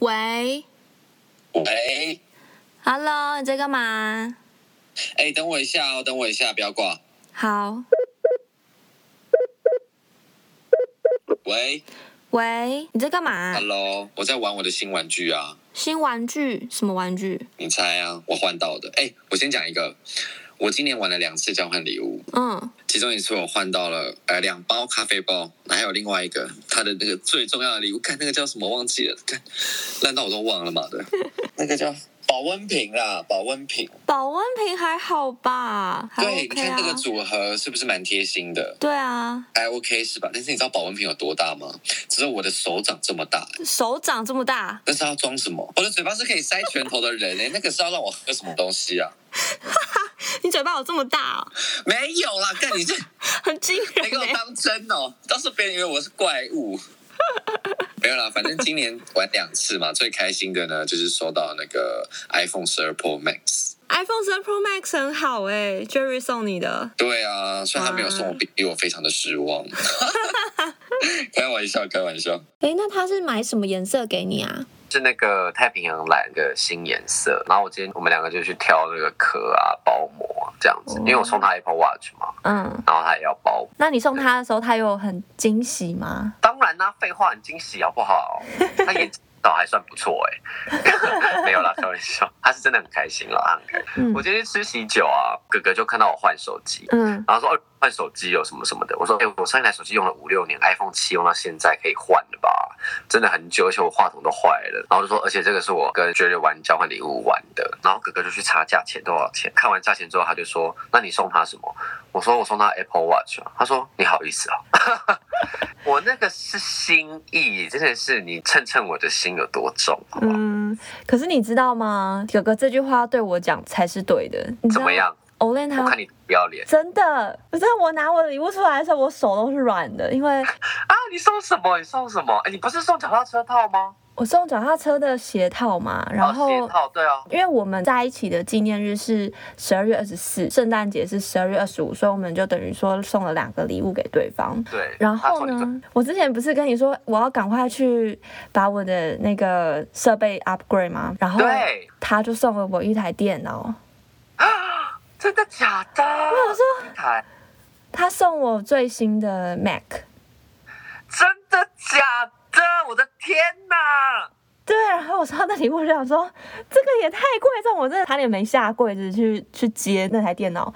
喂喂， ，Hello，你在干嘛？哎，等我一下哦，等我一下，不要挂。好，喂喂，你在干啊嘛？ ，Hello，我在玩我的新玩具啊，新玩具？什么玩具？你猜啊，我换到的。哎，我先讲一个，我今年玩了两次交换礼物，嗯，其中一次我换到了呃两包咖啡包，还有另外一个它的那个最重要的礼物，看那个叫什么忘记了，看烂到我都忘了嘛的，那个叫保温瓶啦，保温瓶。保温瓶还好吧？还对，你 OK 看啊这。个组合是不是蛮贴心的？对啊，还 OK 是吧？但是你知道保温瓶有多大吗？只有我的手掌这么大，手掌这么大，那是要装什么？我的嘴巴是可以塞拳头的人哎、那个是要让我喝什么东西啊？你嘴巴有这么大、哦，没有啦，干 你这很惊没给人、我欸。当真哦，倒是别人以为我是怪物。没有啦，反正今年玩两次嘛， 最开心的呢就是收到那个 iPhone 十二 Pro Max。 iPhone 十 Pro Max 很好哎、j e r r y 送你的。对啊，虽然他没有送我笔，比我非常的失 望。开玩笑，开玩笑。哎、那他是买什么颜色给你啊？是那个太平洋蓝的新颜色。然后我今天我们两个就去挑那个壳啊、包膜啊这样子，哦因为我送他 Apple Watch 嘛，嗯，然后他也要包。那你送他的时候，他有很惊喜吗？当然啦、废话很惊喜好不好？他眼睛倒还算不错哎、 没有啦，开玩笑，他是真的很开心啦，他很开心。嗯我今天去吃喜酒啊，哥哥就看到我换手机。嗯，然后说哦换手机有什么什么的，我说哎、我上一台手机用了五六年，iPhone 七用到现在可以换了吧？真的很久，而且我话筒都坏了。然后就说，而且这个是我跟 j e 玩交换礼物玩的。然后哥哥就去查价钱多少钱，看完价钱之后他就说，那你送他什么？我说我送他 Apple Watch 啊。他说你好意思啊。 我那个是心意，真的是你称称我的心有多重，好不好？嗯，可是你知道吗？哥哥这句话对我讲才是对的。你知怎道么样？ ？Olen 我他看你不要脸真的，不是我拿我的礼物出来的时候，我手都是软的，因为啊！你送什么？你送什么？哎，你不是送脚踏车套吗？我送脚踏车的鞋套嘛，然后。哦、鞋套，对啊。因为我们在一起的纪念日是十二月二十四，圣诞节是十二月二十五，所以我们就等于说送了两个礼物给对方。对，然他后从一个？呢，我之前不是跟你说我要赶快去把我的那个设备 upgrade 吗？然后对，他就送了我一台电脑，啊真的假的？我说一台，他送我最新的 Mac。真的假的？我的天哪！对，然后我收到那礼物，我就想说这个也太贵重，我真的差点没下柜子去去接那台电脑，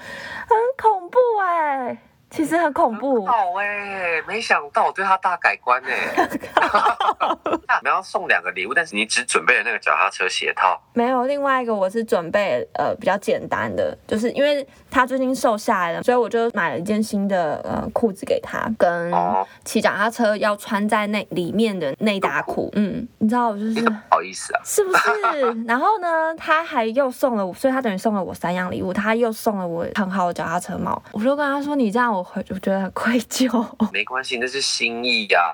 很恐怖哎、其实很恐怖。好哎、没想到我对他大改观哎、 那我们要送两个礼物，但是你只准备了那个脚踏车鞋套。没有，另外一个我是准备呃比较简单的，就是因为他最近瘦下来了，所以我就买了一件新的呃裤子给他，跟哦骑脚踏车要穿在那里面的内搭裤。嗯，你知道我就是你不好意思啊，是不是？ 然后呢，他还又送了我，所以他等于送了我三样礼物，他又送了我很好的脚踏车帽。我就跟他说，你这样我回我觉得很愧 疚。没关系，那是心意呀、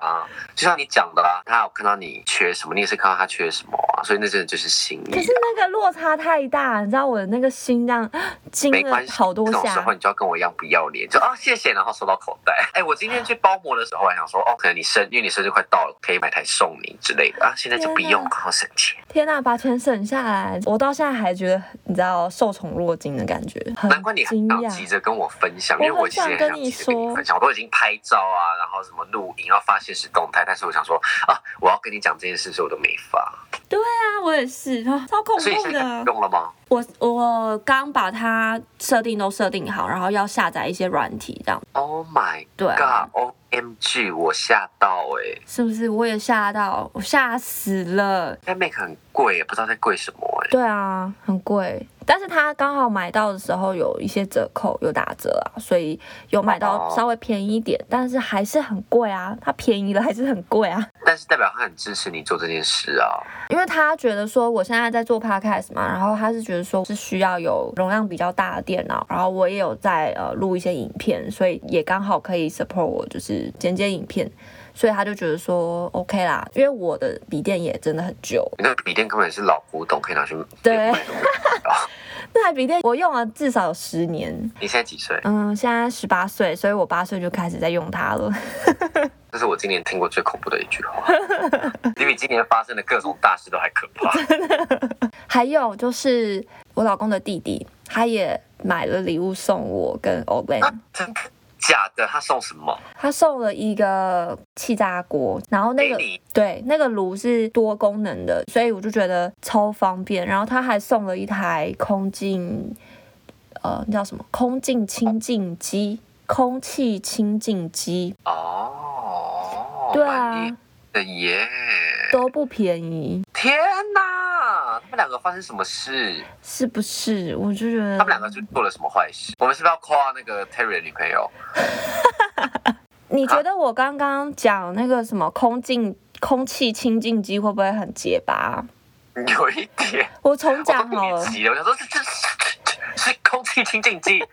就像你讲的啦，他有看到你缺什么，你也是看到他缺什么啊，所以那真的就是心意、可是那个落差太大，你知道我的那个心让惊没了关系，好多这种时下候。你就要跟我一样不要脸，就啊谢谢，然后收到口袋。 哎，我今啊天去包膜的时候，我还想说哦，可能你生，因为你生日快到了，可以买台送你之类的啊。现在就不用天，好省钱。天呐、把钱省下来，我到现在还觉得你知道受宠若惊的感觉，很难怪你惊很想急讶。着跟我分享，我因为我很其实想也跟很想你急着跟说你分享，我都已经拍照啊，然后什么录影，要发现实动态，但是我想说啊，我要跟你讲这件事，所以我都没发。对啊，我也是，啊超恐所以你怖现在的。用了吗？我我刚把它设定都设定好，然后要下载一些软体，这样 Oh my 对啊 god！O M G！我吓到哎、欸，是不是？我也吓到，我吓死了。但 Mac 很贵，不知道在贵什么哎、对啊，很贵，但是他刚好买到的时候有一些折扣，有打折啊，所以有买到哦稍微便宜一点，但是还是很贵啊。它便宜了还是很贵啊。 但是代表他很支持你做这件事啊。因为他觉得说我现在在做 podcast 嘛，然后他是觉得说是需要有容量比较大的电脑，然后我也有在呃录一些影片，所以也刚好可以 support 我就是剪接影片，所以他就觉得说 OK 啦，因为我的笔电也真的很旧，你那个笔电根本是老古董，可以拿去对卖东西那台笔电我用了至少有十年，你现在几岁？嗯，现在十八岁，所以我八岁就开始在用它了。 这是我今年听过最恐怖的一句话，你比今年发生的各种大事都还可怕。还有就是我老公的弟弟，他也买了礼物送我跟 Olan，啊真的假的？他送什么？他送了一个气炸锅，然后那给个你？对那个炉是多功能的，所以我就觉得超方便。然后他还送了一台空净，呃，那叫什么？空净清净机，空气清净机，哦，对蛮啊，厉害的耶！都不便宜，天哪，他们两个发生什么事？是不是？我就觉得他们两个是嗯做了什么坏事？我们是不是要夸那个 Terry 的女朋友？你啊觉得我刚刚讲那个什么空净空气清净机会不会很结巴？有一点，我重我都讲给好了你，急了，我想说这这这是空气清净机。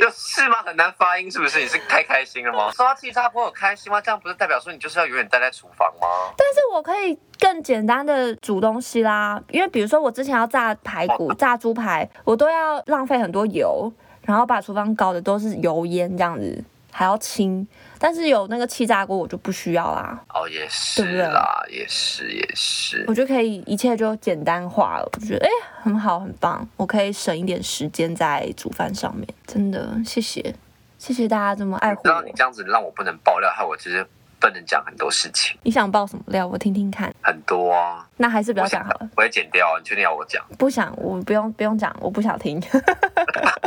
有是吗？很难发音是不是？你是太开心了吗？说到气炸锅有开心吗？这样不是代表说你就是要永远待在厨房吗？但是我可以更简单的煮东西啦，因为比如说我之前要炸排 骨、炸猪排，我都要浪费很多油，然后把厨房搞得都是油烟这样子，还要清。但是有那个气炸锅，我就不需要啦，哦，也是对不对啦，也是也是我。就可以一切就简单化了。我觉得哎、很好，很棒，我可以省一点时间在煮饭上面，真的，谢谢，谢谢大家这么爱护知道我你。这样子让我不能爆料，害我其实不能讲很多事情，你想爆什么料？我听听看。很多啊。那还是不我要讲好了，，我会剪掉。你确定要我讲？不想，我不用不用讲，我不想听，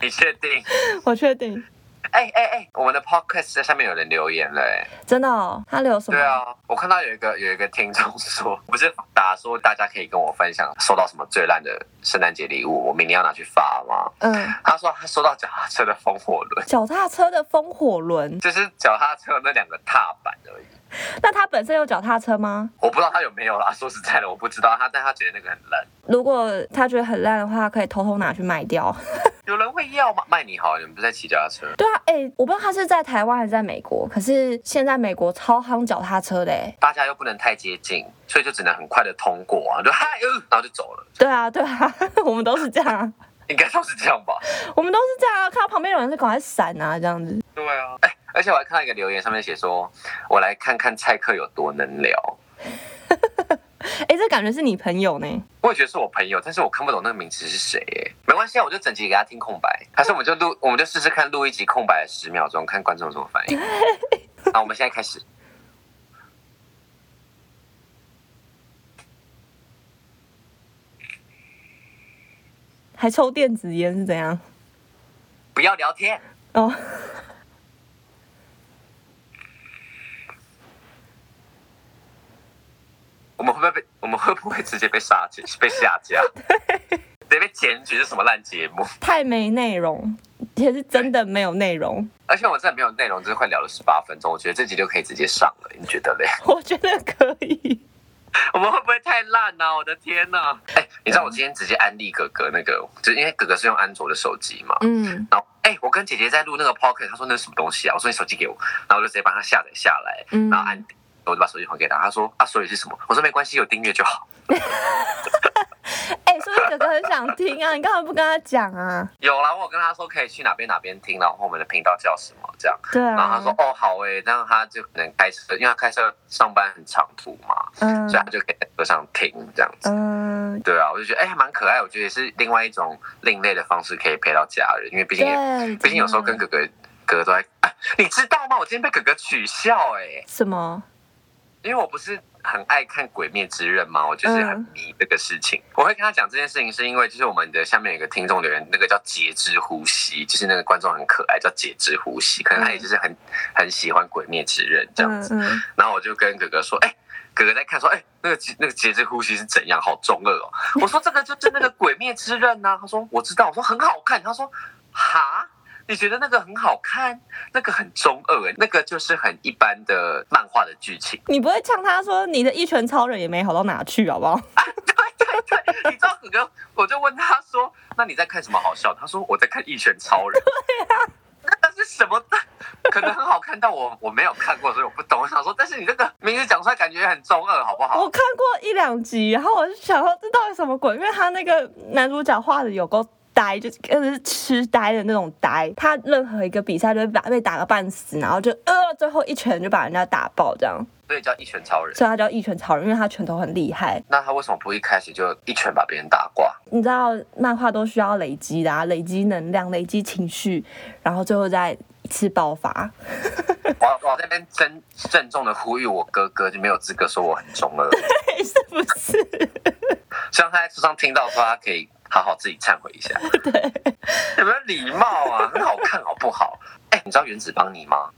你确定？我确定。哎哎哎，我们的 podcast 在下面有人留言了、哎真的哦，他留什么？对啊，我看到有一个有一个听众说， 不是打说大家可以跟我分享收到什么最烂的圣诞节礼物，我明年要拿去发吗？嗯，他说他收到脚踏车的风火轮， 脚踏车的风火轮，就是脚踏车那两个踏板而已。那他本身有脚踏车吗？我不知道他有没有啦， 说实在的，我不知道他，但他觉得那个很烂。如果他觉得很烂的话，可以偷偷拿去卖掉。有人会要吗？卖你好，你们不是在骑脚踏车？对啊，哎、我不知道他是在台湾还是在美国，可是现在美国超夯脚踏车的哎。大家又不能太接近，所以就只能很快的通过啊，就嗨，呃然后就走了，对啊，对啊， 我们都是这样啊，应该都是这样吧？我们都是这样啊，看到旁边有人就赶快闪啊，这样子。对啊，哎、而且我还看到一个留言，上面写说，我来看看蔡克有多能聊。哎、这感觉是你朋友呢？我也觉得是我朋友，但是我看不懂那个名词是谁耶。没关系，啊，我就整集给他听空白，还是我们就录，我们就试试看录一集空白十秒钟，看观众有什么反应。好，我们现在开始。还抽电子烟是怎样？不要聊天，哦， 我们会不会被我们会不会直接被杀去被下架？直接被检举是什么烂节目？太没内容，也是真的没有内容。 而且我真的没有内容，就是快聊了十八分钟，我觉得这集就可以直接上了，你觉得嘞？ 我觉得可以。我们会不会太烂呢、啊？我的天呐、哎、你知道我今天直接安利哥哥那个，就是因为哥哥是用安卓的手机嘛。嗯，然后，哎、我跟姐姐在录那个 Pocket，她说那是什么东西啊？我说你手机给我，然后我就直接帮她下载下来，嗯然后按，我就把手机还给她。她说啊，所以是什么？我说没关系，有订阅就好。哎、是不是哥哥很想听啊？你干嘛不跟他讲啊？有啦，我有跟她说可以去哪边哪边听，然后我们的频道叫什么这样。对啊。然后她说哦好诶、这样她就可能开车，因为她开车上班很长途嘛，嗯所以她就可以在车上听这样子。嗯，对啊，我就觉得哎，还蛮可爱。我觉得也是另外一种另类的方式，可以陪到家人，因为毕竟也对，啊毕竟有时候跟真的哥哥哥哥都在、啊你知道吗？我今天被哥哥取笑哎、什么？因为我不是很爱看《鬼灭之刃》嘛，我就是很嗯迷这个事情。我会跟他讲这件事情，是因为就是我们的下面有一个听众留言，那个叫“节之呼吸”，就是那个观众很可爱，叫“节之呼吸”，可能他也就是很、很喜欢《鬼灭之刃》这样嗯子。嗯，然后我就跟哥哥说：“哎、哥哥在看，说，哎、那个节那个节制呼吸是怎样？好中二哦！”我说：“这个就是那个《鬼灭之刃》啊呐。”他说：“我知道。”我说：“很好看。”他说：“哈，你觉得那个很好看？那个很中二、欸，那个就是很一般的漫画的剧情。”你不会呛他说你的一拳超人也没好到哪去，好不好？对对对，你知道哥哥，我就问他说：“那你在看什么好笑？”他说：“我在看《一拳超人》。”对呀、那个是什么？可能很好看，但我我没有看过，所以我不懂。我想说，但是你这个名字讲出来，感觉很中二，好不好？我看过一两集，然后我就想说这到底什么鬼？因为他那个男主角画的有够呆，就是就是痴呆的那种呆。他任何一个比赛都会把被打个半死，然后就呃最后一拳就把人家打爆这样，所以叫一拳超人。所以他叫一拳超人，因为他拳头很厉害。那他为什么不一开始就一拳把别人打挂？你知道漫画都需要累积的、啊，累积能量、累积情绪，然后最后再一次爆 发。我我在那边郑郑重的呼吁我哥哥，就没有资格说我很中 二。是不是？希望他在车上听到说，他可以好好自己忏悔一下。 对，有没有礼貌啊？很好看好不好？哎、你知道原子邦尼吗？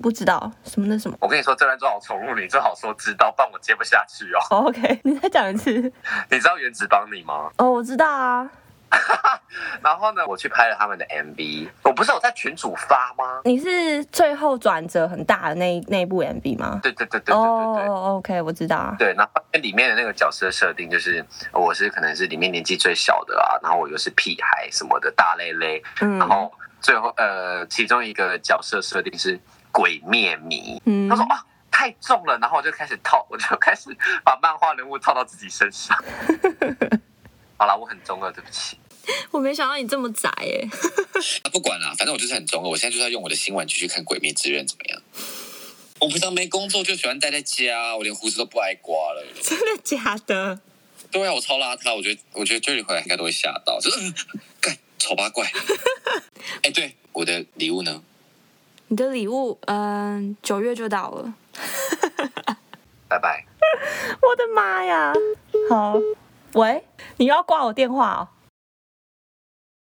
不知道什么那什么。我跟你说，这段最好重录，你最好说知道，不然我接不下去哦。 o OK，你再讲一次。你知道原子邦尼吗？哦，我知道啊。然后呢，我去拍了他们的 MV，我不是有在群主发吗？你是最后转折很大的那一那一部 MV 吗？对对对对对对对。哦、o k 我知道啊。对，然后里面的那个角色设定就是，呃我是可能是里面年纪最小的啊，然后我又是屁孩什么的大累累，嗯然后最后呃，其中一个角色设定是鬼灭迷，嗯他，说啊太重了，然后我就开始套， 我就开始把漫画人物套到自己身 上。好了，我很中二，对不起。我没想到你这么宅耶、 啊，不管啦，反正我就是很中二，我现在就是要用我的新玩具去看《鬼灭之刃》怎么样？我平常没工作就喜欢待在家，我连胡子都不爱刮了。真的假的？对啊，我超邋遢，我觉得我觉得 j e 回来应该都会吓到， 就是嗯干丑八怪。 哎、对，我的礼物呢？你的礼物，嗯、九月就到了。拜拜。我的妈呀！好，喂，你要挂我电话哦？